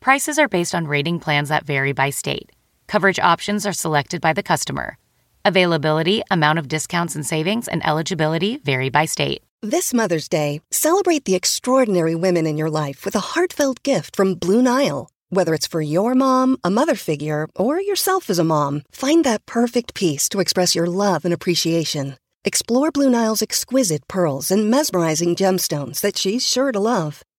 Prices are based on rating plans that vary by state. Coverage options are selected by the customer. Availability, amount of discounts and savings, and eligibility vary by state. This Mother's Day, celebrate the extraordinary women in your life with a heartfelt gift from Blue Nile. Whether it's for your mom, a mother figure, or yourself as a mom, find that perfect piece to express your love and appreciation. Explore Blue Nile's exquisite pearls and mesmerizing gemstones that she's sure to love.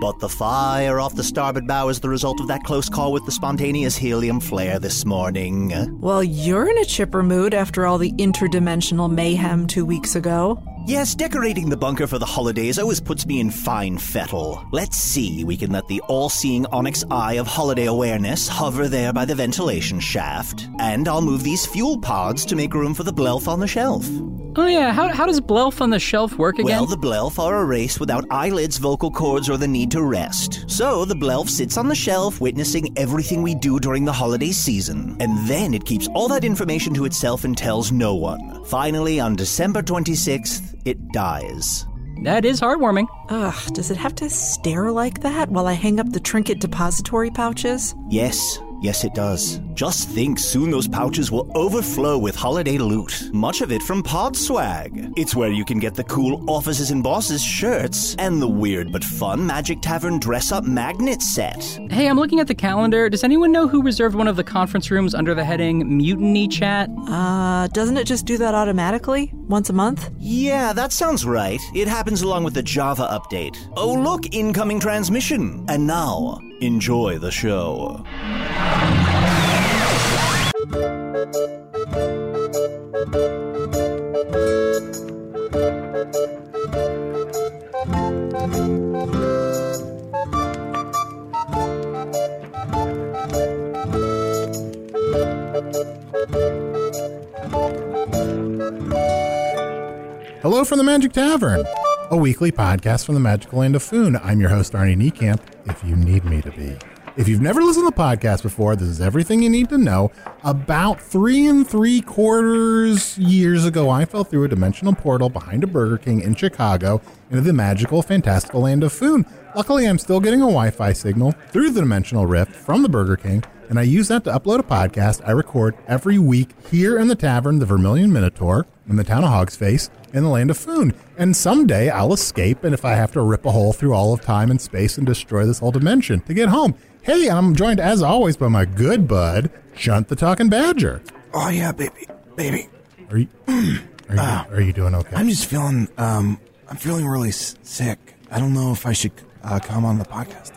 But the fire off the starboard bow is the result of that close call with the spontaneous helium flare this morning. Well, you're in a chipper mood after all the interdimensional mayhem two weeks ago. Yes, decorating the bunker for the holidays always puts me in fine fettle. Let's see, we can let the all seeing onyx eye of holiday awareness hover there by the ventilation shaft. And I'll move these fuel pods to make room for the blelf on the shelf. Oh, yeah. How, how does Blelf on the shelf work again? Well, the blelf are a race without eyelids, vocal cords, or the need to rest. So the blelf sits on the shelf witnessing everything we do during the holiday season. And then it keeps all that information to itself and tells no one. Finally, on December 26th, it dies. that is heartwarming. Ugh, does it have to stare like that while I hang up the trinket depository pouches? Yes, yes, it does. Just think soon those pouches will overflow with holiday loot, much of it from Pod Swag. It's where you can get the cool officers and bosses shirts and the weird but fun Magic Tavern dress up magnet set. Hey, I'm looking at the calendar. Does anyone know who reserved one of the conference rooms under the heading Mutiny Chat? Uh, doesn't it just do that automatically? Once a month? Yeah, that sounds right. It happens along with the Java update. Oh, look, incoming transmission. And now, enjoy the show. Hello from the Magic Tavern, a weekly podcast from the magical land of Foon. I'm your host, Arnie Niekamp, if you need me to be. If you've never listened to the podcast before, this is everything you need to know. About three and three quarters years ago, I fell through a dimensional portal behind a Burger King in Chicago into the magical, fantastical land of Foon. Luckily, I'm still getting a Wi Fi signal through the dimensional rift from the Burger King, and I use that to upload a podcast I record every week here in the tavern, the Vermilion Minotaur, in the town of Hogsface, in the land of Foon. And someday I'll escape, and if I have to rip a hole through all of time and space and destroy this whole dimension to get home. Hey, I'm joined as always by my good bud, Chunt the Talking Badger. Oh yeah, baby, baby. Are you, are you, are you doing okay? Ah. I'm just feeling, um, I'm feeling really s- sick. I don't know if I should uh, come on the podcast.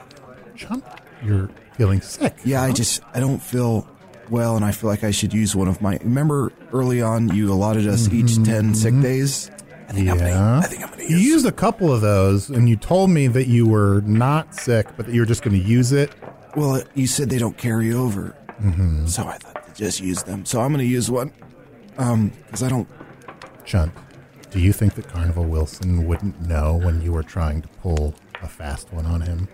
Chunt, you're feeling sick. Yeah, I just, I don't feel well, and I feel like I should use one of my. Remember early on, you allotted us each ten sick days. I think I'm gonna, Yeah. I think I'm gonna You use. used a couple of those, and you told me that you were not sick, but that you were just going to use it. well, you said they don't carry over, so I thought to just use them. So I'm gonna use one, um, because I don't. Chunt, do you think that Carnival Wilson wouldn't know when you were trying to pull a fast one on him?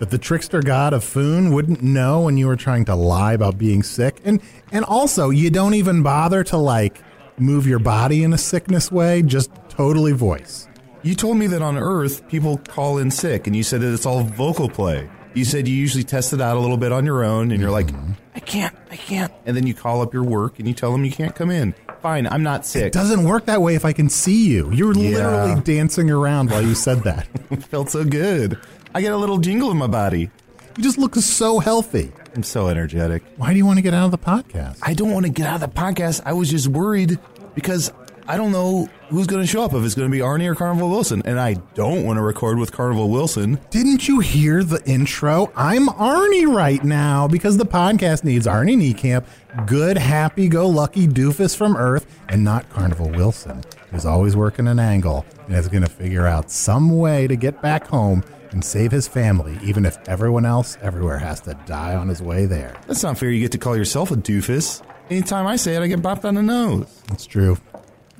That the trickster god of Foon wouldn't know when you were trying to lie about being sick? And and also, you don't even bother to like move your body in a sickness way, just totally voice. You told me that on Earth, people call in sick, and you said that it's all vocal play. You said you usually test it out a little bit on your own, and you're like, I can't, I can't. Mm-hmm. And then you call up your work and you tell them you can't come in. Fine, I'm not It sick. doesn't work that way if I can see you. You were Yeah. literally dancing around while you said that. It felt so good. I get a little jingle in my body. you just look so healthy. I'm so energetic. Why do you want to get out of the podcast? I don't want to get out of the podcast. I was just worried because I don't know who's going to show up, if it's going to be Arnie or Carnival Wilson. And I don't want to record with Carnival Wilson. Didn't you hear the intro? I'm Arnie right now because the podcast needs Arnie Niekamp, good, happy go lucky doofus from Earth, and not Carnival Wilson, who's always working an angle and is going to figure out some way to get back home and save his family, even if everyone else everywhere has to die on his way there. That's not fair. You get to call yourself a doofus. Anytime I say it, I get bopped on the nose. That's true.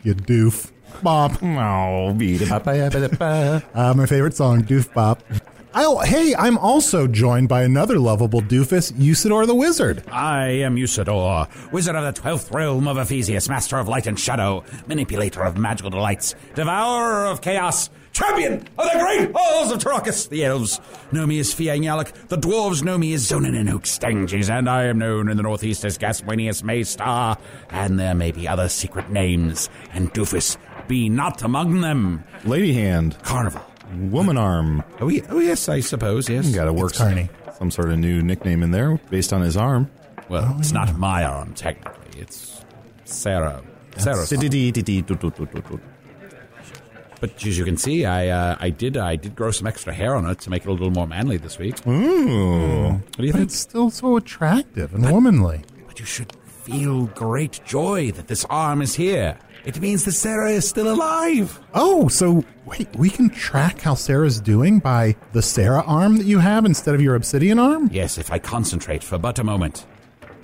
You doof. Bob. Oh, beat it. Ba-ba-ba-ba. Uh, my favorite song, Doof Bop. Oh, hey, I'm also joined by another lovable doofus, Usador the Wizard. I am Usador, wizard of the twelfth realm of Ephesius, master of light and shadow, manipulator of magical delights, devourer of chaos, champion of the great halls of Tarakas. The elves know me as Fiangyalak, the dwarves know me as Zonin and Hookstanges, and I am known in the northeast as Gaswinius Maystar, and there may be other secret names, and Doofus be not among them. Lady hand. Carnival. Woman arm. Oh, ye- oh yes, I suppose, yes. Got to work It's Carney. some sort of new nickname in there based on his arm. Well, it's not my arm, technically. It's Sarah. Sarah's arm. But as you can see, I uh, I did I did grow some extra hair on it to make it a little more manly this week. What Ooh. do you Hmm. But think? it's still so attractive and womanly. But you should feel great joy that this arm is here. It means that Sarah is still alive. Oh, so wait, we can track how Sarah's doing by the Sarah arm that you have instead of your obsidian arm? Yes, if I concentrate for but a moment,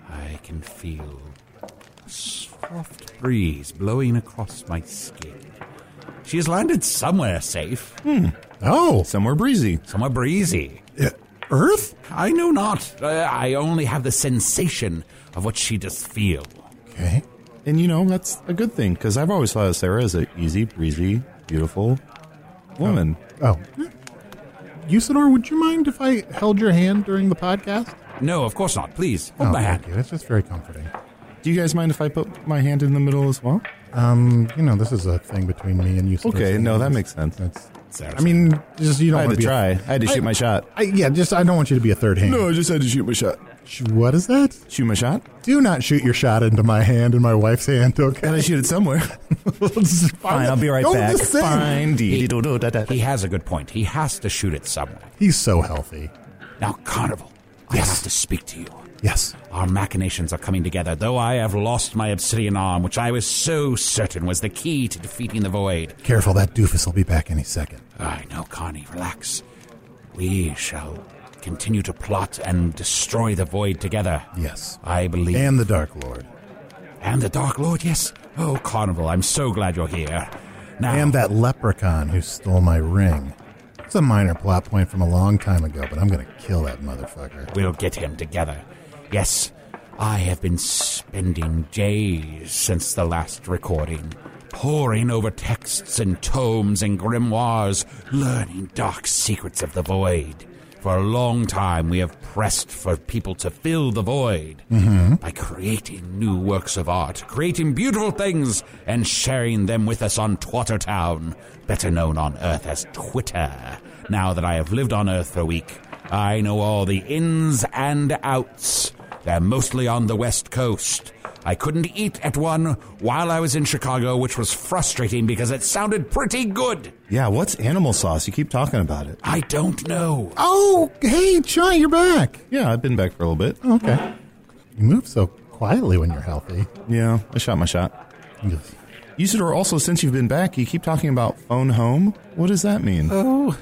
I can feel a soft breeze blowing across my skin. She has landed somewhere safe, Oh, Somewhere breezy. somewhere breezy. uh, Earth? I know not. Uh, I only have the sensation of what she does feel. Okay. And you know, that's a good thing because I've always thought of Sarah as an easy, breezy, beautiful woman. Oh. Usador, would you mind if I held your hand during the podcast? No, of course not. Please hold oh, my hand. thank you. That's just very comforting. Do you guys mind if I put my hand in the middle as well? Um, you know, this is a thing between me and Usador. Okay, no, that makes sense. That's, Sarah's I mean, just you don't I had want to be try. I A, had to shoot my shot. I, yeah, just I don't want you to be a third hand. I just had to shoot my shot. Sh- What is that? Shoot my shot? Do not shoot your shot into my hand and my wife's hand, okay? Gotta shoot it somewhere. Fine, I'll be right Don't back. listen. Fine. Dee, dee, do, do, da, da. He has a good point. He has to shoot it somewhere. He's so healthy. Now, Carnival, I have to speak to you. Yes. Our machinations are coming together, though I have lost my obsidian arm, which I was so certain was the key to defeating the void. Careful, that doofus will be back any second. I know, Carney, relax. We shall continue to plot and destroy the void together. Yes. I believe. And the Dark Lord. And the Dark Lord, yes. Oh, Carnival, I'm so glad you're here. Now, And that leprechaun who stole my ring. It's a minor plot point from a long time ago, but I'm going to kill that motherfucker. We'll get him together. Yes, I have been spending days since the last recording, poring over texts and tomes and grimoires, learning dark secrets of the void. For a long time, we have pressed for people to fill the void by creating new works of art, creating beautiful things, and sharing them with us on Twattertown, better known on Earth as Twitter. Now that I have lived on Earth for a week, I know all the ins and outs. They're mostly on the West Coast. I couldn't eat at one while I was in Chicago, which was frustrating because it sounded pretty good. Yeah, what's animal sauce? You keep talking about it. I don't know. Oh, hey, Chai, you're back. Yeah, I've been back for a little bit. Okay. You move so quietly when you're healthy. Yeah, I shot my shot. Usador, also, since you've been back, you keep talking about phone home. What does that mean? Oh,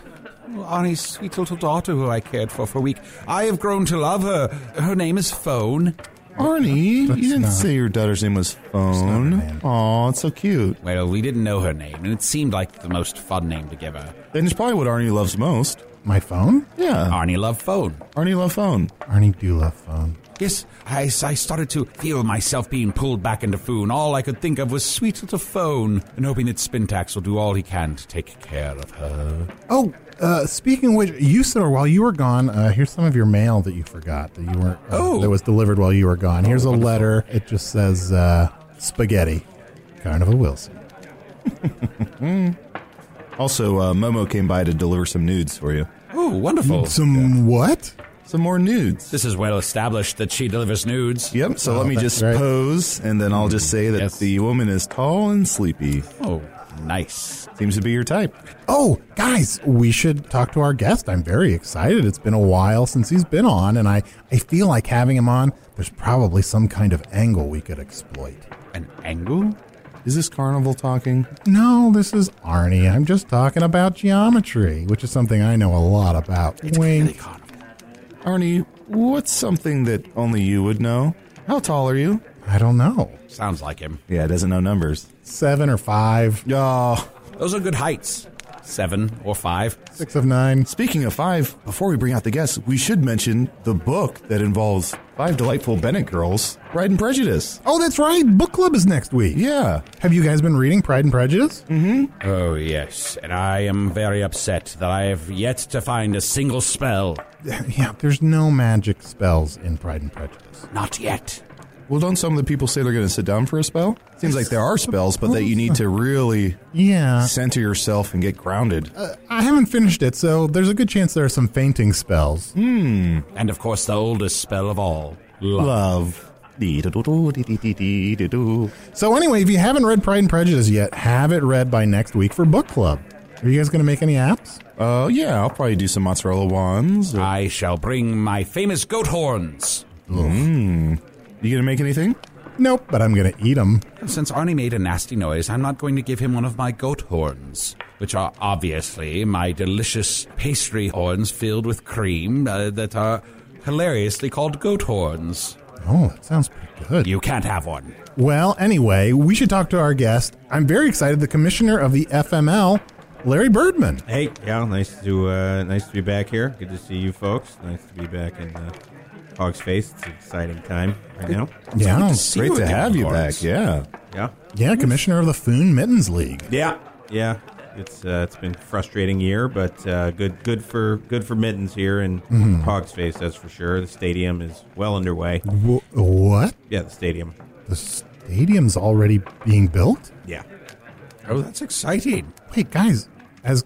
Arnie's sweet little daughter who I cared for for a week. I have grown to love her. Her name is Phone. Arnie, That's you didn't not- say your daughter's name was Phone. name. Aw, it's so cute. Well, we didn't know her name, and it seemed like the most fun name to give her. And it's probably what Arnie loves most. My phone? Yeah, Arnie loved Phone. Arnie love phone. Arnie do love phone. Yes, I, I started to feel myself being pulled back into Foon. All I could think of was sweet little Phone, and hoping that Spintax will do all he can to take care of her. Oh, uh, speaking of which, Usador, while you were gone, uh, here's some of your mail that you forgot that you weren't. Uh, Oh. That was delivered while you were gone. Here's a letter. It just says uh, spaghetti. Carnival Wilson. Also, uh, Momo came by to deliver some nudes for you. Oh, wonderful. Some what? some more nudes. This is well established that she delivers nudes. Yep. So Oh, let me that's just right. pose, and then I'll just say that Yes. the woman is tall and sleepy. Oh, nice. Seems to be your type. Oh, guys, we should talk to our guest. I'm very excited. It's been a while since he's been on, and I, I feel like having him on, there's probably some kind of angle we could exploit. An angle? Is this carnival talking? No, this is Arnie. I'm just talking about geometry, which is something I know a lot about. Really Wink. carnival. Arnie, what's something that only you would know? How tall are you? I don't know. Sounds like him. Yeah, doesn't know numbers. Seven or five, Oh, Those are good heights. Seven or five. six of nine. speaking of five, before we bring out the guests, we should mention the book that involves five delightful Bennett girls, Pride and Prejudice. Oh, that's right. Book club is next week. Yeah. Have you guys been reading Pride and Prejudice? Oh, yes. And I am very upset that I have yet to find a single spell. Yeah, there's no magic spells in Pride and Prejudice. Not yet. Well, don't some of the people say they're going to sit down for a spell? Seems like there are spells, but that you need to really Yeah. center yourself and get grounded. I haven't finished it, so there's a good chance there are some fainting spells. Hmm? And of course, the oldest spell of all love. Love. Uh, Yes, So, anyway, if you haven't read Pride and Prejudice yet, have it read by next week for book club. Are you guys going to make any apps? Uh, yeah, I'll probably do some mozzarella wands. Or, I shall bring my famous goat horns. you gonna make anything? Nope, but I'm going to eat them. Since Arnie made a nasty noise, I'm not going to give him one of my goat horns, which are obviously my delicious pastry horns filled with cream uh, that are hilariously called goat horns. Oh, that sounds pretty good. You can't have one. Well, anyway, we should talk to our guest. I'm very excited. The commissioner of the FML, Larry Birdman. Hey, yeah, nice to uh, nice to be back here. Good to see you folks. Nice to be back in uh, Hog's Face. It's an exciting time right now. Yeah, see Great you to again, have you Lawrence. back. Yeah. Yeah, yeah, commissioner of the Foon Mittens League. yeah, yeah. It's uh, it's been a frustrating year, but uh, good good for good for mittens here in Hog's Face. That's for sure. The stadium is well underway. Wh- what? Yeah, the stadium. The stadium's already being built? Yeah, Oh, that's exciting. Wait, guys, as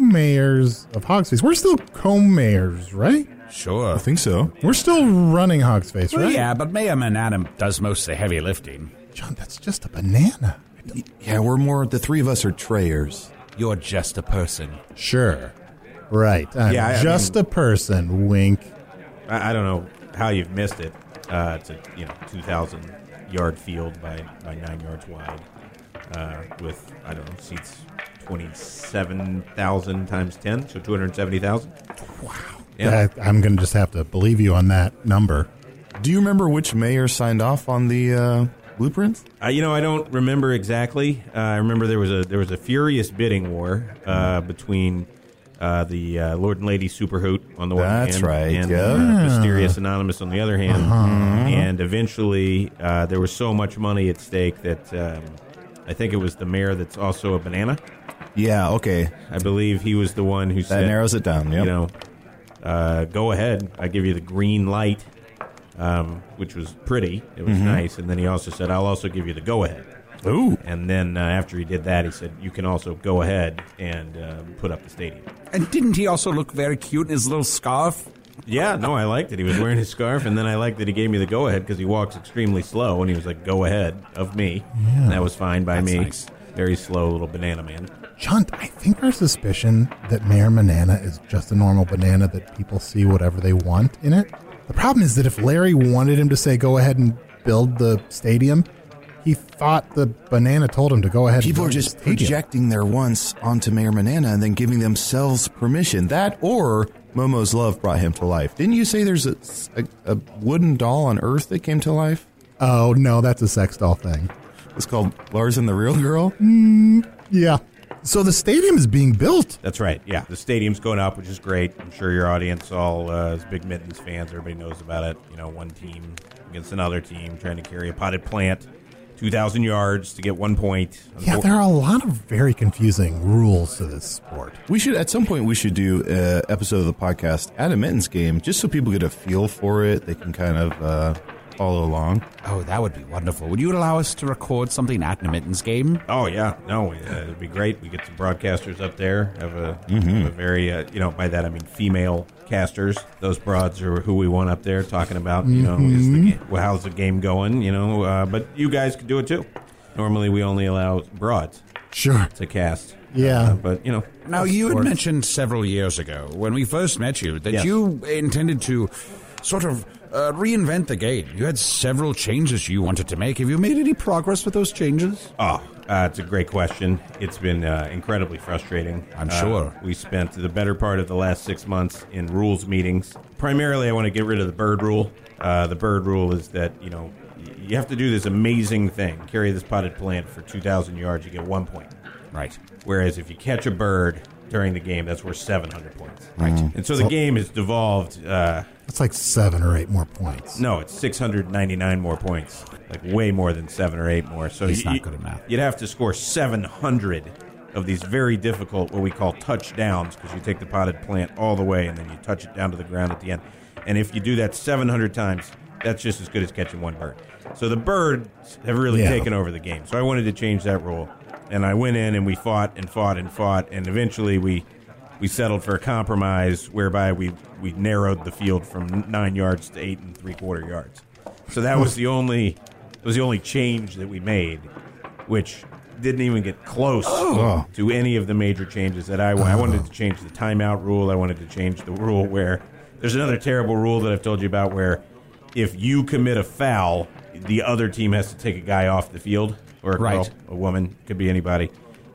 co-mayors of Hogsface, we're still co-mayors, right? Sure. I think so. We're still running Hogsface, Well, right? yeah, but Mayorman Adam does most of the heavy lifting. John, that's just a banana. Yeah, we're more, the three of us are trayers. You're just a person. Sure. Right. I'm Yeah, I- I Uh, just a person, wink. I, I don't know how you've missed it. Uh, it's a you know two thousand yard field by by nine yards wide, uh, with I don't know seats twenty seven thousand times ten, so two hundred seventy thousand. Yeah. I, Uh, I'm going to just have to believe you on that number. Do you remember which mayor signed off on the uh, blueprints? Uh, you know, I don't remember exactly. Uh, I remember there was a there was a furious bidding war uh, between uh, the uh, Lord and Lady Superhoot on the one That's hand, right, and yeah. uh, mysterious anonymous on the other hand, and eventually uh, there was so much money at stake that um, I think it was the mayor that's also a banana. Yeah, okay. I believe he was the one who That said, narrows it down. Yep. you know, uh, go ahead. I give you the green light, um, which was pretty. It was nice. And then he also said, I'll also give you the go ahead. Ooh. And then uh, after he did that, he said, "You can also go ahead and uh, put up the stadium." And didn't he also look very cute in his little scarf? Yeah, no, Oh, I liked it. He was wearing his scarf, and then I liked that he gave me the go ahead because he walks extremely slow, and he was like, "Go ahead of me." And that was fine by That's me. nice. Very slow little banana man. John, I think our suspicion that Mayor Banana is just a normal banana that people see whatever they want in it. The problem is that if Larry wanted him to say go ahead and build the stadium, he thought the banana told him to go ahead. People and are build the just stadium. projecting their wants onto Mayor Manana and then giving themselves permission. That or Momo's love brought him to life. Didn't you say there's a, a, a wooden doll on Earth that came to life? Oh no, that's a sex doll thing. It's called Lars and the Real Girl. Yeah. So the stadium is being built. That's right. Yeah, the stadium's going up, which is great. I'm sure your audience, all uh, is big mittens fans, everybody knows about it. You know, one team against another team trying to carry a potted plant, two thousand yards to get one point. Yeah, there are a lot of very confusing rules to this sport. We should at some point we should do an episode of the podcast at a Mittens game just so people get a feel for it. They can kind of uh, all along. Oh, that would be wonderful. Would you allow us to record something at Nimittens game? Oh yeah, no, uh, it'd be great. We get some broadcasters up there. Have a, have a very, uh, you know, by that I mean female casters. Those broads are who we want up there talking about. You know, is Mm-hmm. the ga- well, how's the game going? You know, uh, but you guys could do it too. Normally, we only allow broads Sure. to cast. Yeah. Uh, but you know, Now, you had mentioned several years ago when we first met you that Yes. you intended to sort of uh, reinvent the game. You had several changes you wanted to make. Have you made any progress with those changes? Oh, uh, it's a great question. It's been uh, incredibly frustrating. I'm Uh, sure. We spent the better part of the last six months in rules meetings. Primarily, I want to get rid of the bird rule. Uh, the bird rule is that, you know, y- you have to do this amazing thing carry this potted plant for 2,000 yards, you get one point. Right. Whereas if you catch a bird during the game, that's worth 700 points. Right. And so the game is devolved. Uh, That's like seven or eight more points. no, it's 699 more points. Like way more than seven or eight more. So He's you- not you- good at math. You'd have to score 700 of these very difficult, what we call touchdowns, because you take the potted plant all the way and then you touch it down to the ground at the end. And if you do that 700 times, that's just as good as catching one bird. So the birds have really Yeah. taken over the game. So I wanted to change that rule, and I went in and we fought and fought and fought, and eventually we we settled for a compromise whereby we we narrowed the field from nine yards to eight and three quarter yards. So that was the only that was the only change that we made, which didn't even get close Oh. to any of the major changes that I, I wanted to change the timeout rule. I wanted to change the rule where there's another terrible rule that I've told you about where if you commit a foul, the other team has to take a guy off the field or a girl, Right. a woman, could be anybody.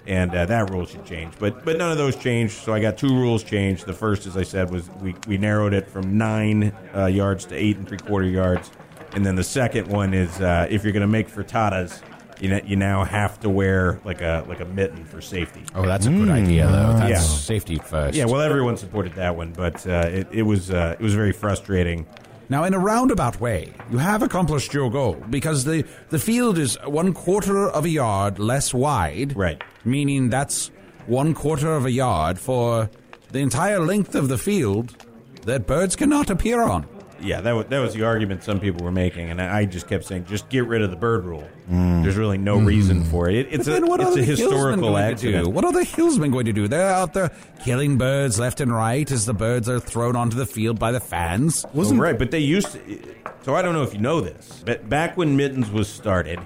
And uh, that rule should change, but but none of those changed. So I got two rules changed. The first, as I said, was we, we narrowed it from nine uh, yards to eight and three quarter yards, and then the second one is uh, if you're going to make frittatas, you know, you now have to wear like a like a mitten for safety. Oh, that's a good idea, though. That's Yeah. safety first. Yeah, well, everyone supported that one, but uh, it, it was uh, it was very frustrating. Now, in a roundabout way, you have accomplished your goal because the, the field is one quarter of a yard less wide. Right. Meaning that's one quarter of a yard for the entire length of the field that birds cannot appear on. Yeah, that was, that was the argument some people were making, and I I just kept saying, just get rid of the bird rule. There's really no Mm. reason for it. it it's a, But then what it's are a the Hillsmen historical going To accident. do? What are the hillsmen going to do? They're out there killing birds left and right as the birds are thrown onto the field by the fans. Wasn't right, but they used to. So I don't know if you know this, but back when Mittens was started,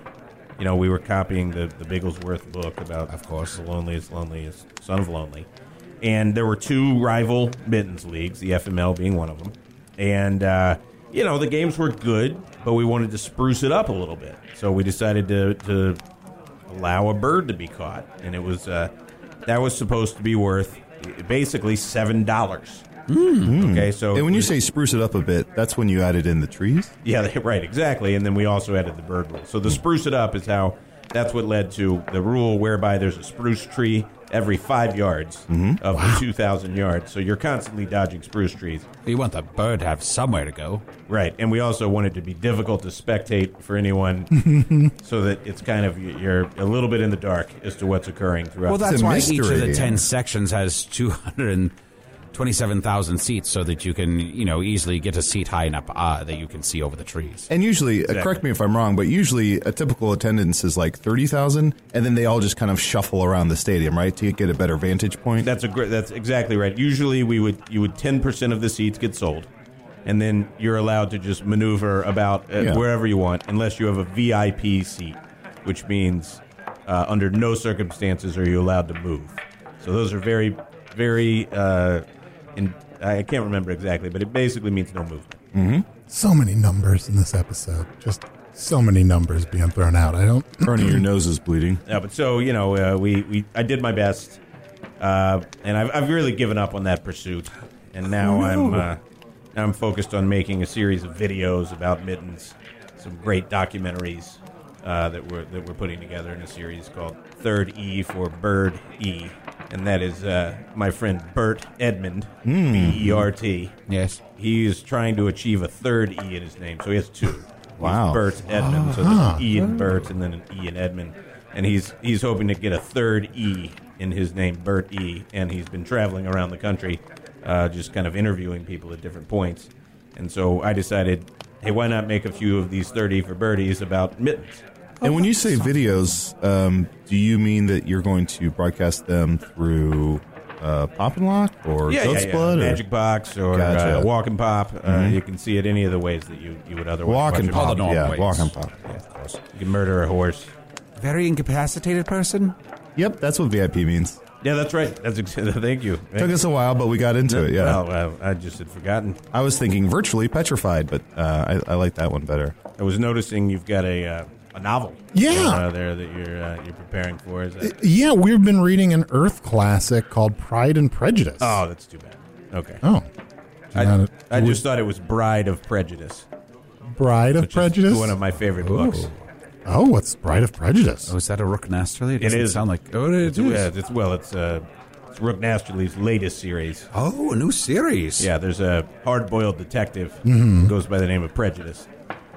you know, we were copying the the Bigglesworth book about, Of course. the loneliest, loneliest son of lonely, and there were two rival Mittens leagues, the FML being one of them, and uh, you know the games were good, but we wanted to spruce it up a little bit, so we decided to to allow a bird to be caught, and it was uh, that was supposed to be worth uh, basically seven dollars. Okay, so And when you say spruce it up a bit, that's when you added in the trees. yeah, they- right, exactly. And then we also added the bird rule. So the spruce it up is how that's what led to the rule whereby there's a spruce tree every five yards of the 2,000 yards. So you're constantly dodging spruce trees. You want the bird to have somewhere to go. Right. And we also want it to be difficult to spectate for anyone so that it's kind of, you're a little bit in the dark as to what's occurring throughout Well, the that's a why each of the mystery. ten sections has two hundred and twenty-seven thousand seats, so that you can, you know, easily get a seat high enough uh, that you can see over the trees. And usually, uh, correct Exactly. me if I'm wrong, but usually a typical attendance is like 30,000, and then they all just kind of shuffle around the stadium, right, to get a better vantage point. That's a great. That's exactly right. Usually, we would you would ten percent of the seats get sold, and then you're allowed to just maneuver about uh, Yeah. wherever you want, unless you have a VIP seat, which means uh, under no circumstances are you allowed to move. So those are very, very. Uh, in, I can't remember exactly, but it basically means no movement. So many numbers in this episode. Just so many numbers being thrown out. I don't. Ernie, your nose is bleeding. Yeah, but so you know, uh, we, we I did my best, uh, and I've, I've really given up on that pursuit, and now I'm uh, now I'm focused on making a series of videos about mittens, some great documentaries uh, that we're that we're putting together in a series called Third E for Bird E, and that is uh, my friend Bert Edmond, B E R T. Yes. He is trying to achieve a third E in his name, so he has two. Wow. Uh-huh. He's Bert Edmund, so there's an E in Bert and then an E in Edmund. And he's he's hoping to get a third E in his name, Bert E. And he's been traveling around the country, uh, just kind of interviewing people at different points. And so I decided, hey, why not make a few of these 30 for birdies about mittens? And when you say videos, um, do you mean that you're going to broadcast them through uh, Pop and Lock or yeah, Goat's yeah, yeah. Blood? Or? Magic Box or Gotcha. uh, Walk and Pop. Uh, Mhm. you can see it any of the ways that you, you would otherwise Walk and watch it. Pop. Yeah, Walk and Pop. You can murder a horse. Very incapacitated person? Yep, that's what VIP means. Yeah, that's right. That's ex- thank you. Took us a while, but we got into it, yeah. Well, I, I just had forgotten. I was thinking virtually petrified, but uh, I, I like that one better. I was noticing you've got a uh, a novel. Yeah. uh, there that you're uh, you're preparing for. Is that? Yeah, we've been reading an Earth classic called Pride and Prejudice. Oh, that's too bad. Okay. Oh. I, Not- I just thought it was Bride of Prejudice. Bride of which is Prejudice? One of my favorite books. Oh, what's Bride of Prejudice? Oh, is that a Rook Nasterly? It It doesn't is. sound like. Oh, it It's, is. yeah, it's well, it's uh, it's Rook Nasterly's latest series. Oh, a new series. Yeah, there's a hard-boiled detective who goes by the name of Prejudice,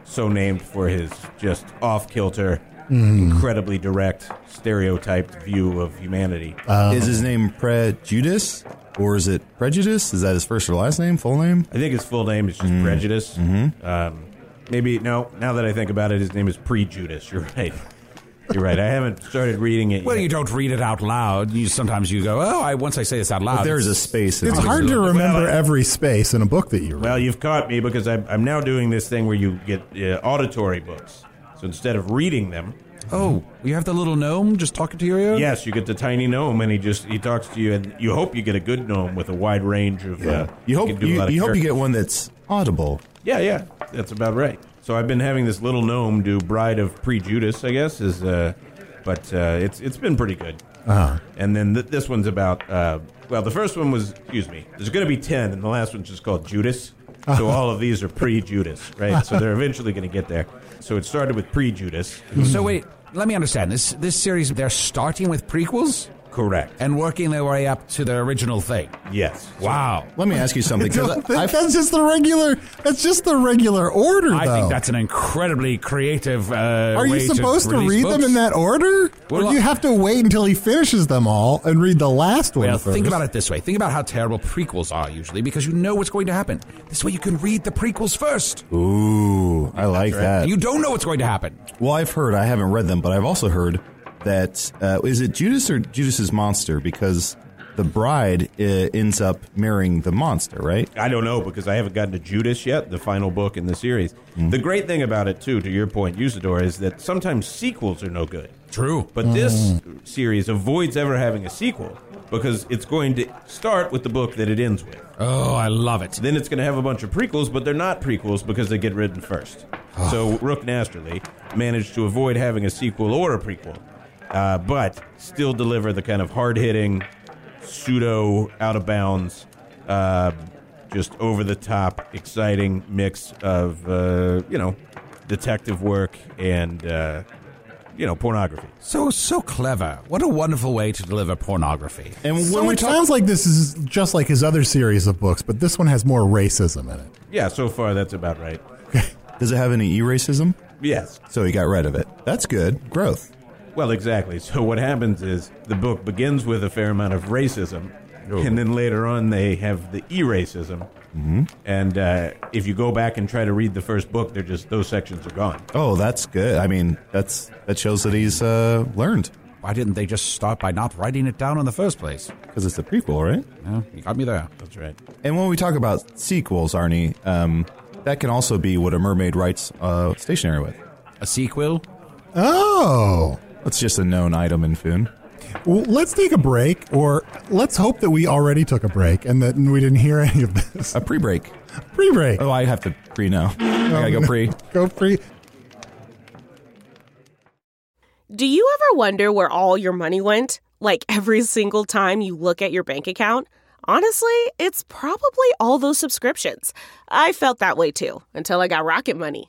so named for his just off-kilter, incredibly direct, stereotyped view of humanity. Um, is his name Prejudice or is it Prejudice? Is that his first or last name, full name? I think his full name is just Prejudice. Um, maybe no. Now that I think about it, his name is Prejudice. You're right. You're right. I haven't started reading it. Well, yet. you don't read it out loud. You sometimes you go, oh, I once I say this out But loud. there's a space. in It's between. hard to Well, remember I- every space in a book that you read. Well, you've caught me because I'm, I'm now doing this thing where you get uh, auditory books. So instead of reading them, oh, you have the little gnome just talking to your ear. yes, you get the tiny gnome, and he just he talks to you, and you hope you get a good gnome with a wide range of. Uh, Yeah. You can hope do a you, lot of you hope you characters. get one that's audible. Yeah, yeah, that's about right. So I've been having this little gnome do Bride of Prejudice, I guess is, uh, but uh, it's it's been pretty good. Uh-huh. And then th- this one's about uh, well, the first one was excuse me. There's going to be ten, and the last one's just called Judas. So all of these are pre-Judas, right? so they're eventually going to get there. So it started with pre-Judas, So wait, let me understand this. This series, they're starting with prequels correct? and working their way up to the original thing. Yes. Wow. Let me ask you something. 'cause That- I- I've- that's just the regular. That's just the regular order, I though. think that's an incredibly creative. Uh, Are you way supposed to, read release them books. in that order, Well, or do you I- have to wait until he finishes them all and read the last one? Well, first? think about it this way. Think about how terrible prequels are usually because you know what's going to happen. This way you can read the prequels first. Ooh, I like that. You don't know what's going to happen. Well, I've heard. I haven't read them, but I've also heard that uh, is it Judas or Judas's monster because the bride uh, ends up marrying the monster, right? I don't know because I haven't gotten to Judas yet, the final book in the series. The great thing about it, too, to your point, Usador, is that sometimes sequels are no good. True. But this series avoids ever having a sequel because it's going to start with the book that it ends with. Oh, I love it. Then it's going to have a bunch of prequels, but they're not prequels because they get written first. so Rook Nasterly managed to avoid having a sequel or a prequel, uh, but still deliver the kind of hard hitting, pseudo out of bounds, uh, just over the top, exciting mix of, uh, you know, detective work and, uh, you know, pornography. So so clever. What a wonderful way to deliver pornography. And when So we it talk, sounds like this is just like his other series of books, but this one has more racism in it. Yeah, so far that's about right. does it have any e racism? Yes. So he got rid of it. That's good growth. Well, exactly. So what happens is the book begins with a fair amount of racism, and then later on they have the e racism. Mm-hmm. And uh, if you go back and try to read the first book, they're just those sections are gone. Oh, that's good. I mean, that's that shows that he's uh, learned Why didn't they just start by not writing it down in the first place? because it's a prequel, right? Yeah, you got me there. That's right. And when we talk about sequels, Arnie, um, that can also be what a mermaid writes uh, stationery with. A sequel? Oh. That's just a known item in Foon. Well, let's take a break, or let's hope that we already took a break and that we didn't hear any of this. A pre-break. Pre break. Oh, I have to pre now. I gotta Um, go pre. Go pre. Do you ever wonder where all your money went? Like every single time you look at your bank account? Honestly, it's probably all those subscriptions. I felt that way too until I got Rocket Money.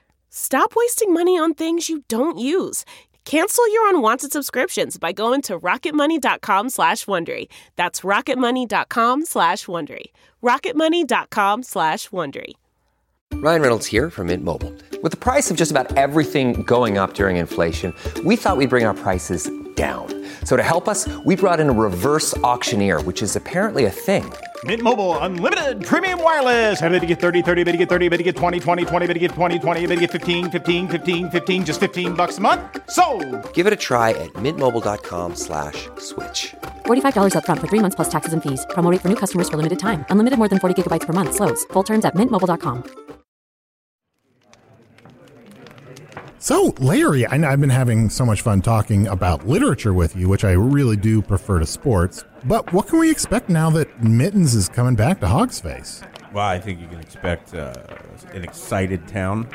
Stop wasting money on things you don't use. Cancel your unwanted subscriptions by going to rocketmoney.com slash Wondery. That's rocketmoney.com slash Wondery. rocketmoney.com slash Wondery. Ryan Reynolds here from Mint Mobile. With the price of just about everything going up during inflation, we thought we'd bring our prices down. So to help us, we brought in a reverse auctioneer, which is apparently a thing. Mint Mobile unlimited premium wireless. Ready to get 30, 30, bit to get 30, bit to get 20, 20, 20, bit to get 20, 20, bit to get 15, 15, 15, 15 just 15 bucks a month. So, Give it a try at mintmobile.com slash switch. $45 upfront for three months plus taxes and fees. Promo rate for new customers for limited time. Unlimited more than 40 gigabytes per month. Slows. Full terms at mintmobile.com. So, Larry, I know I've been having so much fun talking about literature with you, which I really do prefer to sports. But what can we expect now that Mittens is coming back to Hog's Face? Well, I think you can expect uh, an excited town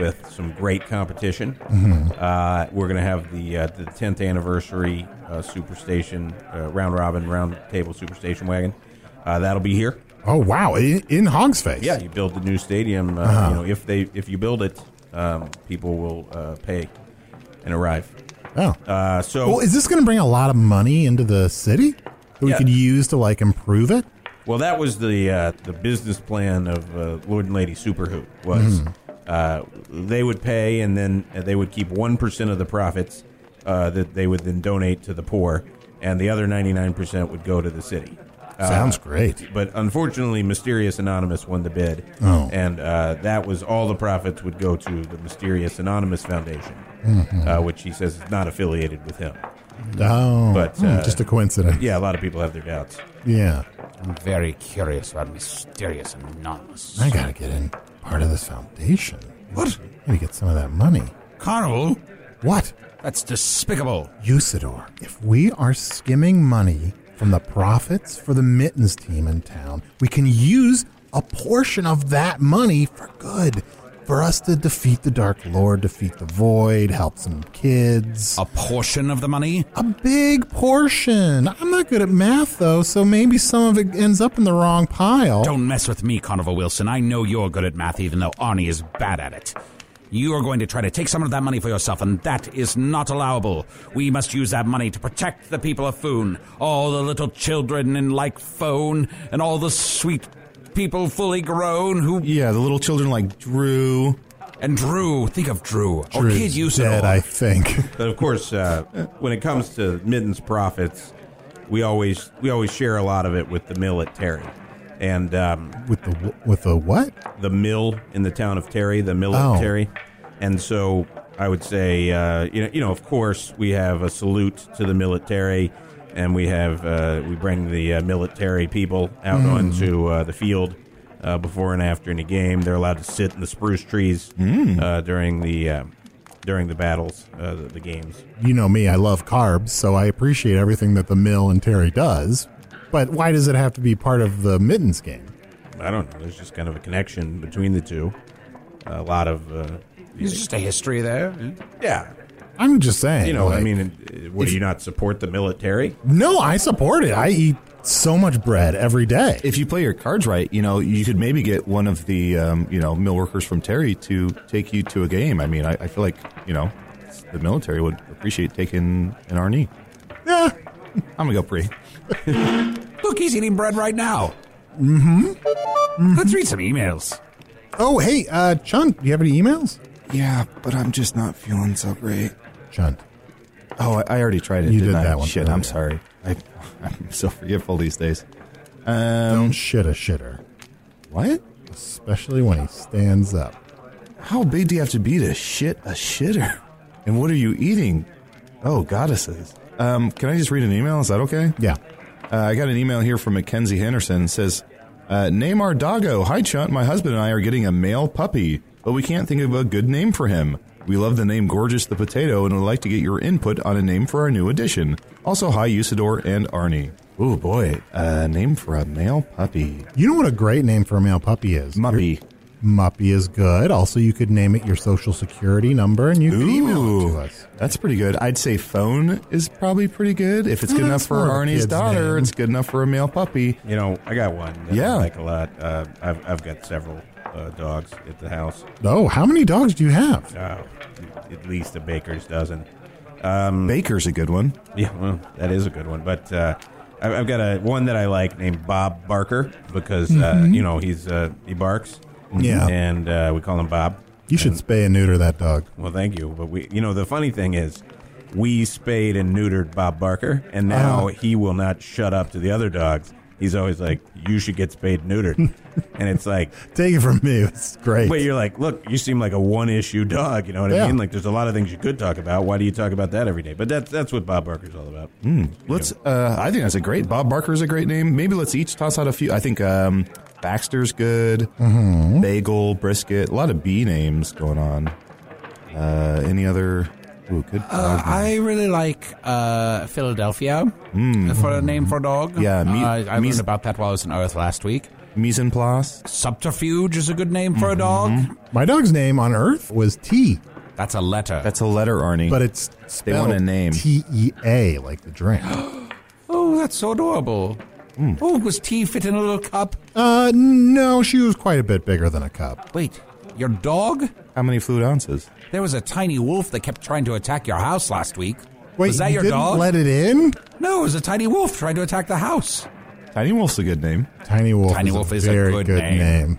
with some great competition. Mhm. Uh, we're going to have the uh, the tenth anniversary uh, Superstation uh, round robin round table Superstation wagon. Uh, that'll be here. Oh wow, in, in Hog's Face. Yeah, you build the new stadium. Uh, Uh-huh. You know, if they if you build it, um, people will uh, pay and arrive. Oh. Uh, so well, is this going to bring a lot of money into the city that we Yeah. could use to like improve it? Well, that was the uh, the business plan of uh, Lord and Lady Superhoot was Hmm. Mhm. uh, they would pay and then they would keep one percent of the profits uh, that they would then donate to the poor, and the other ninety nine percent would go to the city. Sounds great. Uh, But unfortunately, Mysterious Anonymous won the bid, Oh. and uh, that was all the profits would go to the Mysterious Anonymous Foundation, Mm-hmm. Mhm. uh, which he says is not affiliated with him. Oh, hmm, uh, just a coincidence. Yeah, a lot of people have their doubts. Yeah. I'm very curious about mysterious and anonymous. I gotta get in part of this foundation. What? Maybe get some of that money. Carnival? What? That's despicable. Usador, if we are skimming money from the profits for the mittens team in town, we can use a portion of that money for good. For us to defeat the Dark Lord, defeat the Void, help some kids. A portion of the money? A big portion. I'm not good at math, though, so maybe some of it ends up in the wrong pile. Don't mess with me, Carnival Wilson. I know you're good at math, even though Arnie is bad at it. You are going to try to take some of that money for yourself, and that is not allowable. We must use that money to protect the people of Foon, all the little children in like Phone, and all the sweet people fully grown who. Yeah, the little children like Drew. And Drew. Think of Drew. Oh, Or Drew's Oh, kid use it dead, all. I think. But of course, uh, when it comes to Mittens profits, we always we always share a lot of it with the mill at Terry, and um, With the wh- with the what? the mill in the town of Terry, the mill Oh. at Terry, and so I would say, uh, you know, you know, of course, we have a salute to the mill at Terry, and we have uh, we bring the uh, mill at Terry people out Mm. onto uh, the field. Uh, before and after any game, they're allowed to sit in the spruce trees Mm. uh, during the uh, during the battles, uh, the, the games. You know me, I love carbs, so I appreciate everything that the mill and Terry does. But why does it have to be part of the mittens game? I don't know. There's just kind of a connection between the two. A lot of. Uh, There's just a history there. Yeah. I'm just saying. You know, I like- mean, uh, what do you not support the military? No, I support it. I eat so much bread every day. If you play your cards right, you know you could maybe get one of the um, you know mill workers from Terry to take you to a game. I mean, I, I feel like you know the military would appreciate taking an Arnie. Yeah, I'm gonna go pre. Look, he's eating bread right now. Mm-hmm. Let's read some emails. Oh, hey, uh, Chunt, do you have any emails? Yeah, but I'm just not feeling so great. Chunt. Oh, I, I already tried it. You didn't did I? that one Shit, earlier. I'm sorry. I, I'm so forgetful these days. Um, Don't shit a shitter. What? Especially when he stands up. How big do you have to be to shit a shitter? And what are you eating? Oh, goddesses. Um, can I just read an email? Is that okay? Yeah. Uh, I got an email here from Mackenzie Henderson. It says, uh, Name our doggo. Hi, Chunt. My husband and I are getting a male puppy, but we can't think of a good name for him. We love the name Gorgeous the Potato and would like to get your input on a name for our new addition. Also, hi, Usador and Arnie. Oh, boy. A name for a male puppy. You know what a great name for a male puppy is? Muppy. Muppy is good. Also, you could name it your social security number and you could email it to us. That's pretty good. I'd say phone is probably pretty good. If it's Oh, good enough that's for more of a Arnie's kid's daughter, name. it's good enough for a male puppy. You know, I got one that Yeah. I like a lot. Uh, I've, I've got several. uh, dogs at the house. Oh, how many dogs do you have? Uh, at least a baker's dozen. Mm. Um, baker's a good one. Yeah, well, that is a good one. But uh, I- I've got a one that I like named Bob Barker because uh, Mm-hmm. Mhm. you know he's uh, he barks. Yeah. and uh, we call him Bob. You should spay and neuter that dog. Well, thank you. But we, you know, the funny thing is, we spayed and neutered Bob Barker, and now Oh. he will not shut up to the other dogs. He's always like, "You should get spayed and neutered," and it's like, Take it from me. It's great. But you're like, look, you seem like a one-issue dog. You know what I Yeah. mean? Like, there's a lot of things you could talk about. Why do you talk about that every day? But that's that's what Bob Barker's all about. Let's. Uh, I think that's a great. Bob Barker's a great name. Maybe let's each toss out a few. I think um, Baxter's good. Mm-hmm. Bagel, brisket. A lot of B names going on. Uh, any other? Ooh, good. Uh, I really like uh, Philadelphia Hmm. uh, for a name for a dog. Yeah, me- Uh, I I me's- learned about that while I was in Earth last week. Mise en place. Subterfuge is a good name for a dog. My dog's name on Earth was T, That's a letter. That's a letter, Arnie. but it's they want a name. T E A, like the drink. oh, that's so adorable. Hmm. Oh, was Tea fit in a little cup? Uh, no, she was quite a bit bigger than a cup. Wait, your dog? How many fluid ounces? There was a tiny wolf that kept trying to attack your house last week. Wait, was that you your didn't dog? let it in? no, it was a tiny wolf trying to attack the house. Tiny Wolf's a good name. Tiny Wolf. Tiny is Wolf a is a very good name.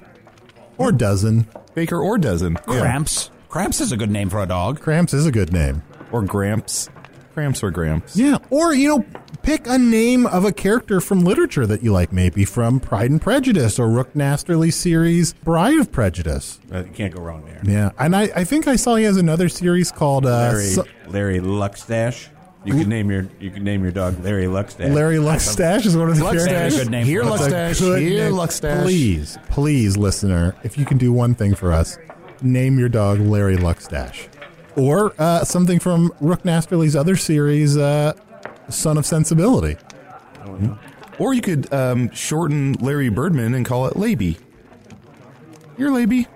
Or dozen. Baker or dozen. Cramps. Cramps is a good name for a dog. Cramps is a good name. Or Gramps. Cramps or Gramps. Yeah, or you know, pick a name of a character from literature that you like, maybe from Pride and Prejudice or Rook Nasterly series Bride of Prejudice. Uh, you can't go wrong there. Yeah, and I, I think I saw he has another series called uh, Larry Su- Larry Luckstash. You can name your you can name your dog Larry Luckstash. Larry Luckstash is one of the Luckstash. characters. Good name. Here, That's a Luckstash. good Here, name. Luckstash. Please, please, listener, if you can do one thing for us, name your dog Larry Luckstash, or uh, something from Rook Nasterly's other series, uh, Son of Sensibility. Or you could um, shorten Larry Birdman and call it Laby. You're Laby.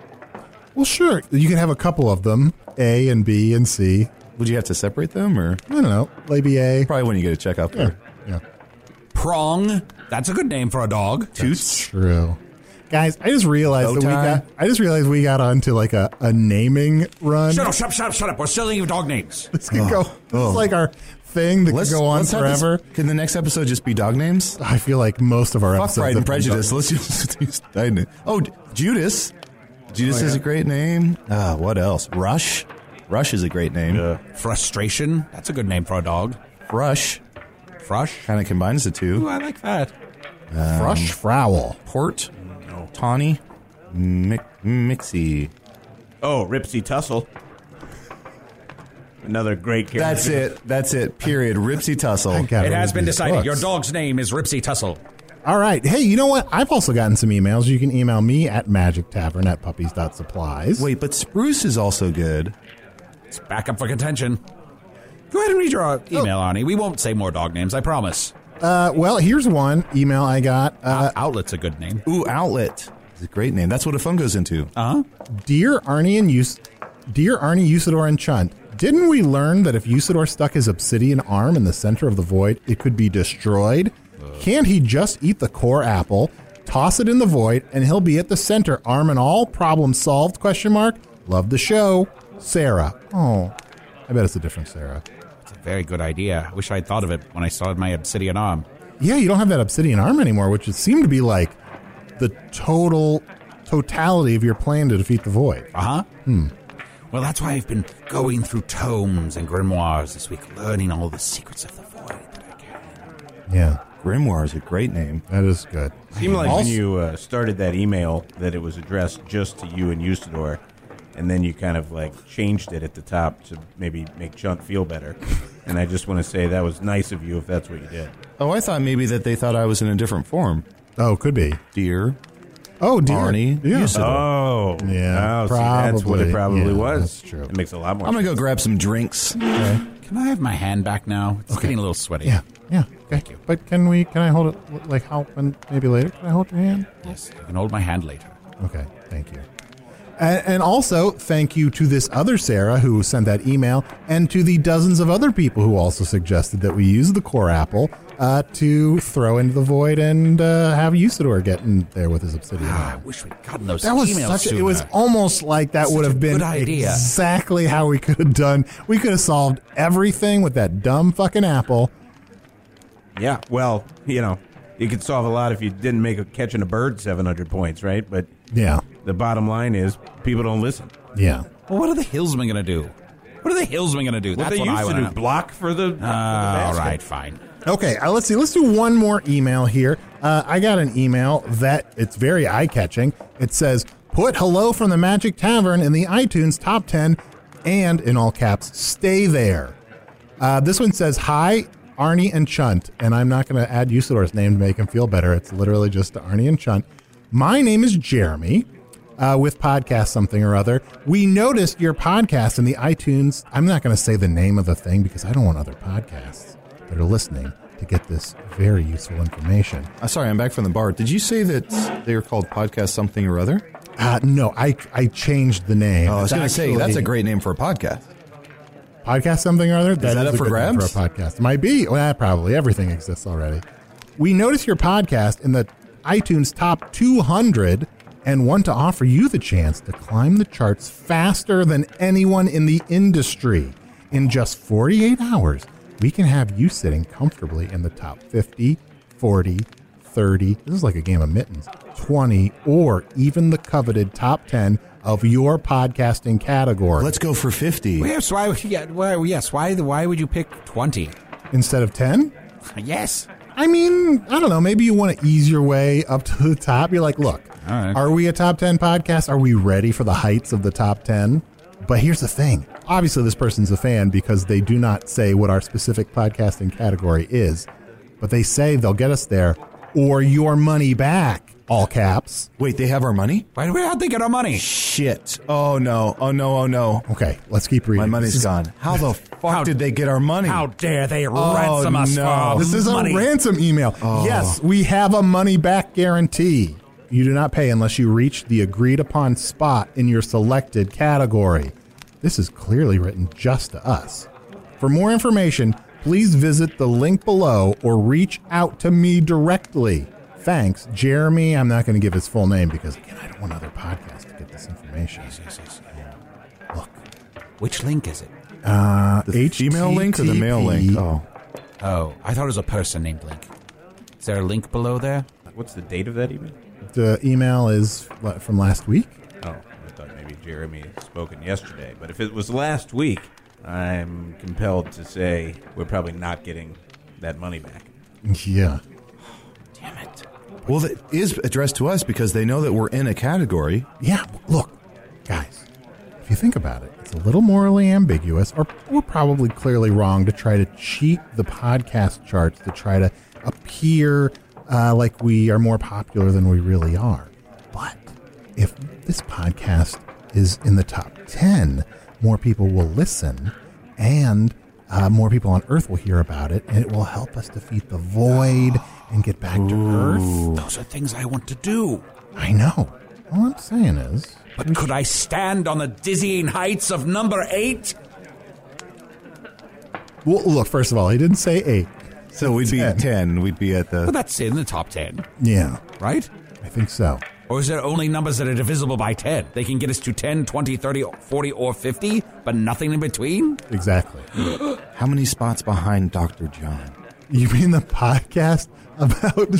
Well, sure. You can have a couple of them, A and B and C. Would you have to separate them, or I don't know, Laby A? Probably when you get a checkup. Yeah, or- yeah. Prong. That's a good name for a dog. Toots. True. Guys, I just realized that we Bowtie. got. I just realized we got onto like a, a naming run. Shut up, shut up, shut up, shut up. We're still thinking of dog names. This could go. It's like our thing that could go on Oh, let's have this- forever. can the next episode just be dog names? I feel like most of our Fuck episodes Pride have and been Prejudice. dog- Let's just use dog name. Oh, J- Judas. Judas Oh, is yeah. a great name. Uh, what else? Rush. Rush is a great name. Frustration. That's a good name for a dog. Rush. Frush. Kind of combines the two. Ooh, I like that. Um, Frush Frowl. Port. Tawny. Mic- Mixie. Oh, Ripsy Tussle. Another great character. That's it. That's it. Period. Ripsy Tussle. I got it rid has of been these decided. books. Your dog's name is Ripsy Tussle. All right. Hey, you know what? I've also gotten some emails. You can email me at magic tavern at puppies.supplies. Wait, but Spruce is also good. It's back up for contention. Go ahead and read your uh, Oh. email, Arnie. We won't say more dog names, I promise. Uh, well, here's one email I got. Uh, Outlet's a good name. Ooh, Outlet. It's a great name. That's what a phone goes into. Uh huh. Dear Arnie and Us- Dear Arnie, Usador, and Chunt, didn't we learn that if Usador stuck his obsidian arm in the center of the void, it could be destroyed? Can't he just eat the core apple, toss it in the void, and he'll be at the center, arm and all? Problem solved? Question mark. Love the show, Sarah. Oh, I bet it's a different Sarah. It's a very good idea. I wish I had thought of it when I started my obsidian arm. Yeah, you don't have that obsidian arm anymore, which it seemed to be like the total totality of your plan to defeat the void. Uh huh. Hmm. Well, that's why I've been going through tomes and grimoires this week, learning all the secrets of the void that I can. Yeah, Grimoire is a great name. that is good. Seemed like Also- when you uh, started that email that it was addressed just to you and Usador, and then you kind of like changed it at the top to maybe make Chunt feel better. And I just want to say that was nice of you if that's what you did. Oh, I thought maybe that they thought I was in a different form. Oh, could be. Dear Oh, dear. Arnie Yeah. Usador. Oh, Yeah, Oh, see, that's what probably. it probably Yeah, was. that's true. It makes a lot more. I'm going to sense. go grab some drinks. Can I have my hand back now? It's getting a little sweaty. Yeah. Yeah. Okay. But can we? Can I hold it? Like how? When? Maybe later. Can I hold your hand? Yes, you can hold my hand later. Okay. Thank you. And, and also, thank you to this other Sarah who sent that email, and to the dozens of other people who also suggested that we use the core apple uh, to throw into the void and uh, have Usador get in there with his obsidian. I Ah, wish we'd gotten those That was emails such. sooner. It was almost like that Such would a have been good idea. exactly how we could have done. We could have solved everything with that dumb fucking apple. Yeah, well, you know, you could solve a lot if you didn't make a catching a bird 700 points, right? But Yeah. the bottom line is people don't listen. Yeah. Well, what are the hillsmen going to do? What are the hillsmen going to do? What That's they what I used to wanna do, know. block for the. all right, fine. Okay, uh, let's see. Let's do one more email here. Uh, I got an email that it's very eye catching. It says, "Put hello from the Magic Tavern in the iTunes top ten, and in all caps, stay there." Uh, this one says, "Hi, Arnie and Chunt," and I'm not going to add Usador's name to make him feel better. It's literally just Arnie and Chunt. My name is Jeremy uh, with podcast something or other. We noticed your podcast in the iTunes. I'm not going to say the name of the thing because I don't want other podcasts that are listening to get this very useful information. Uh, sorry, I'm back from the bar. Did you say that they are called podcast something or other? Uh, no, I I changed the name. Oh, I was It's going to say that's actually- a great name for a podcast. podcast something or other. That Is that up a for good name grabs? for a podcast? Might be. Well, yeah, probably everything exists already. We notice your podcast in the iTunes top 200 and want to offer you the chance to climb the charts faster than anyone in the industry. In just 48 hours, we can have you sitting comfortably in the top 50, 40, 30. This is like a game of mittens. 20 or even the coveted top 10 of your podcasting category. Let's go for 50. Yes, why? Yeah, why yes, why? Why would you pick twenty? Instead of 10? Yes. I mean, I don't know. Maybe you want to ease your way up to the top. You're like, look, are we a top 10 podcast? Are we ready for the heights of the top 10? But here's the thing obviously, this person's a fan because they do not say what our specific podcasting category is, but they say they'll get us there or your money back, all caps. Wait, they have our money? Why? How'd they get our money? Shit. Oh, no. Oh, no. Oh, no. Okay, let's keep reading. My This money's is- gone. How the fuck did they get our money? How dare they Oh, ransom us for our This is money? a ransom email. Oh. Yes, we have a money back guarantee. You do not pay unless you reach the agreed upon spot in your selected category. This is clearly written just to us. For more information, please visit the link below or reach out to me directly. Thanks, Jeremy. I'm not going to give his full name because, again, I don't want other podcasts to get this information. Which link is it? Uh, The Gmail link or the mail link? Oh. Oh, I thought it was a person named Link. Is there a link below there? What's the date of that email? The email is what, from last week. Oh, I thought maybe Jeremy had spoken yesterday. But if it was last week, I'm compelled to say we're probably not getting that money back. Yeah. Well, that is addressed to us because they know that we're in a category. Yeah, look, guys, if you think about it, it's a little morally ambiguous, or we're probably clearly wrong to try to cheat the podcast charts to try to appear uh, like we are more popular than we really are. But if this podcast is in the top 10, more people will listen and uh, more people on Earth will hear about it, and it will help us defeat the void and get back to Earth. Those are things I want to do. I know. All I'm saying is. But could I stand on the dizzying heights of number eight? Well, look, first of all, he didn't say eight. So we'd be at 10. We'd be at Well, the. that's in the top ten, Yeah, right? I think so. Or is there only numbers that are divisible by 10? They can get us to 10, 20, 30, 40, or 50, but nothing in between? Exactly. How many spots behind Dr. John? You mean the podcast about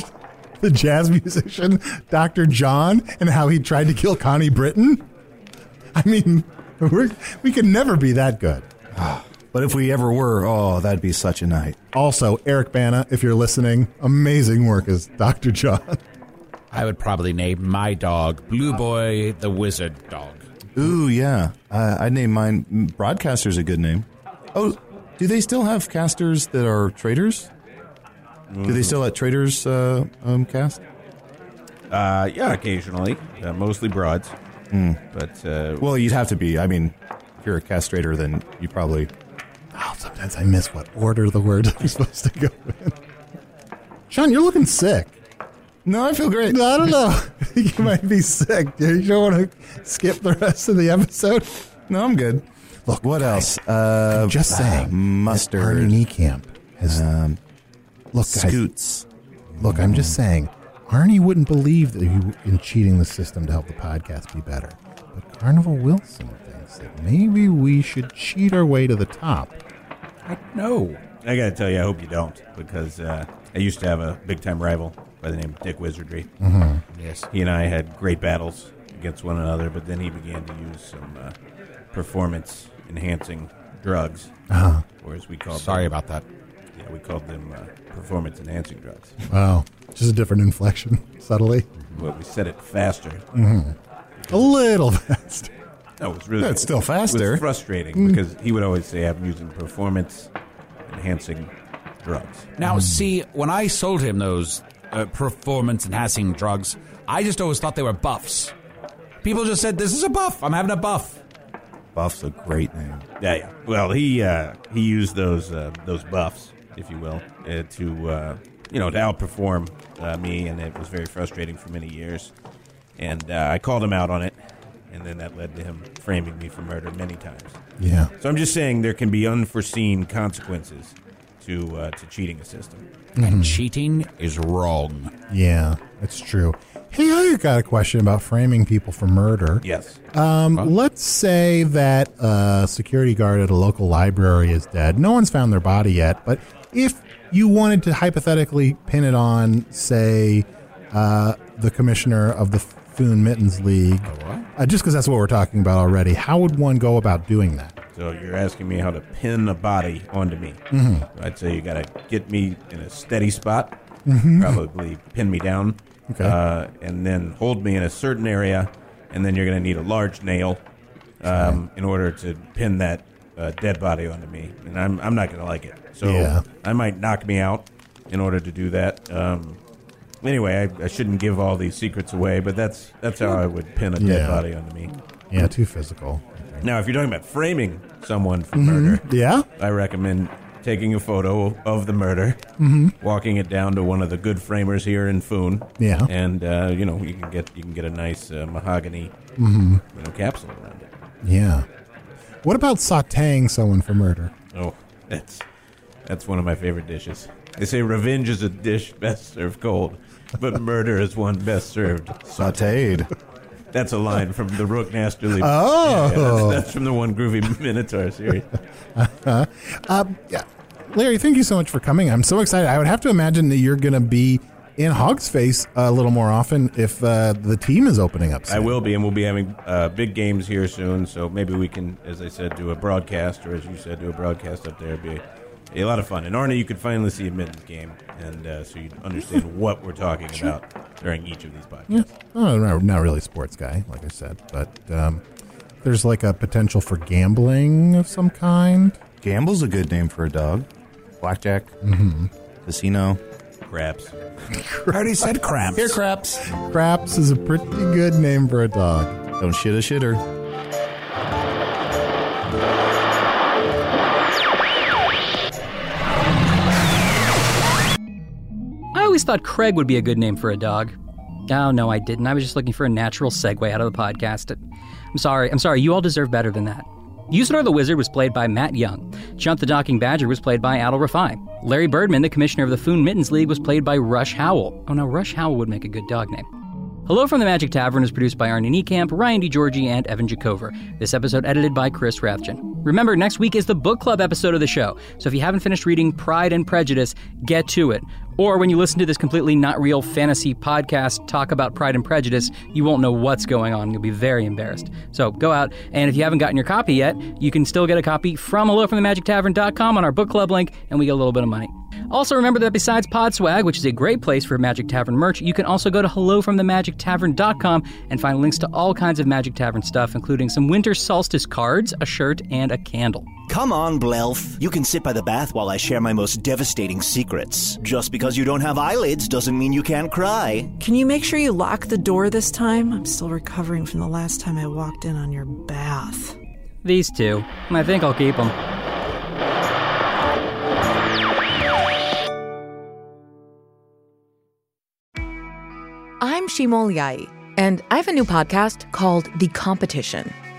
the jazz musician Dr. John and how he tried to kill Connie Britton? I mean, we're, we could never be that good. But if we ever were, oh, that'd be such a night. Also, Eric Bana, if you're listening, amazing work as Dr. John. I would probably name my dog Blue Boy the Wizard Dog. Ooh, yeah. Uh, I'd name mine. Broadcaster's a good name. Oh, do they still have casters that are traders? Do they still let traders uh, um, cast? Uh, yeah, occasionally. Uh, mostly broads. But, uh, Well, you'd have to be. I mean, if you're a castrator, then you probably. Oh, sometimes I miss what order the words are supposed to go in. Sean, you're looking sick. No, I feel great. I don't know. I think you might be sick. dude. You don't want to skip the rest of the episode. No, I'm good. Look, what else? Uh, Just ah, saying. mustard. Arnie Niekamp has Um, Look, guys, Scoots. Look, I'm just saying, Arnie wouldn't believe that you in cheating the system to help the podcast be better. But Carnival Wilson thinks that maybe we should cheat our way to the top. I know. I gotta tell you, I hope you don't, because uh, I used to have a big time rival by the name of Dick Wizardry. Mhm. Yes, he and I had great battles against one another, but then he began to use some uh, performance enhancing drugs, Uh-huh. or as we called Sorry them, about that. Yeah, we called them uh, performance enhancing drugs. Wow, just a different inflection, subtly. Well, we said it faster. Mhm. A little fast. No, it was really. That's still It faster. was frustrating Mm. because he would always say, "I'm using performance enhancing drugs." Now, see, when I sold him those uh, performance enhancing drugs, I just always thought they were buffs. People just said, This is a buff. I'm having a buff. Buff's a great name. Yeah, yeah. Well, he uh, he used those uh, those buffs, if you will, uh, to uh, you know to outperform uh, me, and it was very frustrating for many years. And uh, I called him out on it, and then that led to him framing me for murder many times. Yeah. So I'm just saying there can be unforeseen consequences to uh, to cheating a system. And cheating is wrong. Yeah, that's true. Hey, I got a question about framing people for murder. Yes. Um, let's say that a security guard at a local library is dead. No one's found their body yet, but if you wanted to hypothetically pin it on, say, uh, the commissioner of the Foon Mittens League, uh, just because that's what we're talking about already, how would one go about doing that? So you're asking me how to pin a body onto me. Mm-hmm. Mhm. I'd say you got to get me in a steady spot, Mm-hmm. Mhm. probably pin me down, Okay. uh, and then hold me in a certain area, and then you're going to need a large nail um, in order to pin that uh, dead body onto me. And I'm, I'm not going to like it. So Yeah. I might knock me out in order to do that. Um, anyway, I, I shouldn't give all these secrets away, but that's that's how I would pin a dead Yeah. body onto me. Yeah, too physical. Now, if you're talking about framing someone for Mhm. murder, Yeah. I recommend taking a photo of the murder, Mhm. walking it down to one of the good framers here in Foon. Yeah. and uh, you know you can get you can get a nice uh, mahogany Mhm. you know, capsule around it. Yeah. What about sauteing someone for murder? Oh, that's that's one of my favorite dishes. They say revenge is a dish best served cold, but murder is one best served sautéed. That's a line from the Rook Nastily. Oh. that's, that's from the one groovy Minotaur series. Uh-huh. Uh, yeah. Larry, thank you so much for coming. I'm so excited. I would have to imagine that you're going to be in Hog's Face a little more often if uh, the team is opening up. I will be, and we'll be having uh, big games here soon. So maybe we can, as I said, do a broadcast, or as you said, do a broadcast up there. It'd be a lot of fun. And Arnie, you could finally see a mittens game, and uh, so you understand what we're talking Sure. about during each of these podcasts. Yeah. Oh, no, not really a sports guy, like I said, but um, there's like a potential for gambling of some kind. Gamble's a good name for a dog. Blackjack, Mhm. casino, Mm-hmm. craps. I already said cramps. Here, craps. Craps is a pretty good name for a dog. Don't shit a shitter. I always thought Craig would be a good name for a dog. Oh, no, I didn't. I was just looking for a natural segue out of the podcast. I'm sorry. I'm sorry. You all deserve better than that. Usador the Wizard was played by Matt Young. Chump the Docking Badger was played by Adol Rafai. Larry Birdman, the commissioner of the Foon Mittens League, was played by Rush Howell. Oh, no, Rush Howell would make a good dog name. Hello from the Magic Tavern is produced by Arnie Niekamp, Ryan DeGiorgi, and Evan Jacover. This episode edited by Chris Rathjen. Remember, next week is the book club episode of the show, so if you haven't finished reading Pride and Prejudice, get to it. Or when you listen to this completely not real fantasy podcast talk about Pride and Prejudice, you won't know what's going on. You'll be very embarrassed. So go out, and if you haven't gotten your copy yet, you can still get a copy from hellofromthemagictavern.com on our book club link, and we get a little bit of money. Also, remember that besides Podswag, which is a great place for Magic Tavern merch, you can also go to hellofromthemagictavern.com and find links to all kinds of Magic Tavern stuff, including some winter solstice cards, a shirt, and a candle. Come on, Blelf. You can sit by the bath while I share my most devastating secrets. Just because you don't have eyelids doesn't mean you can't cry. Can you make sure you lock the door this time? I'm still recovering from the last time I walked in on your bath. These two. I think I'll keep them. I'm Shimol Yai, and I have a new podcast called The Competition.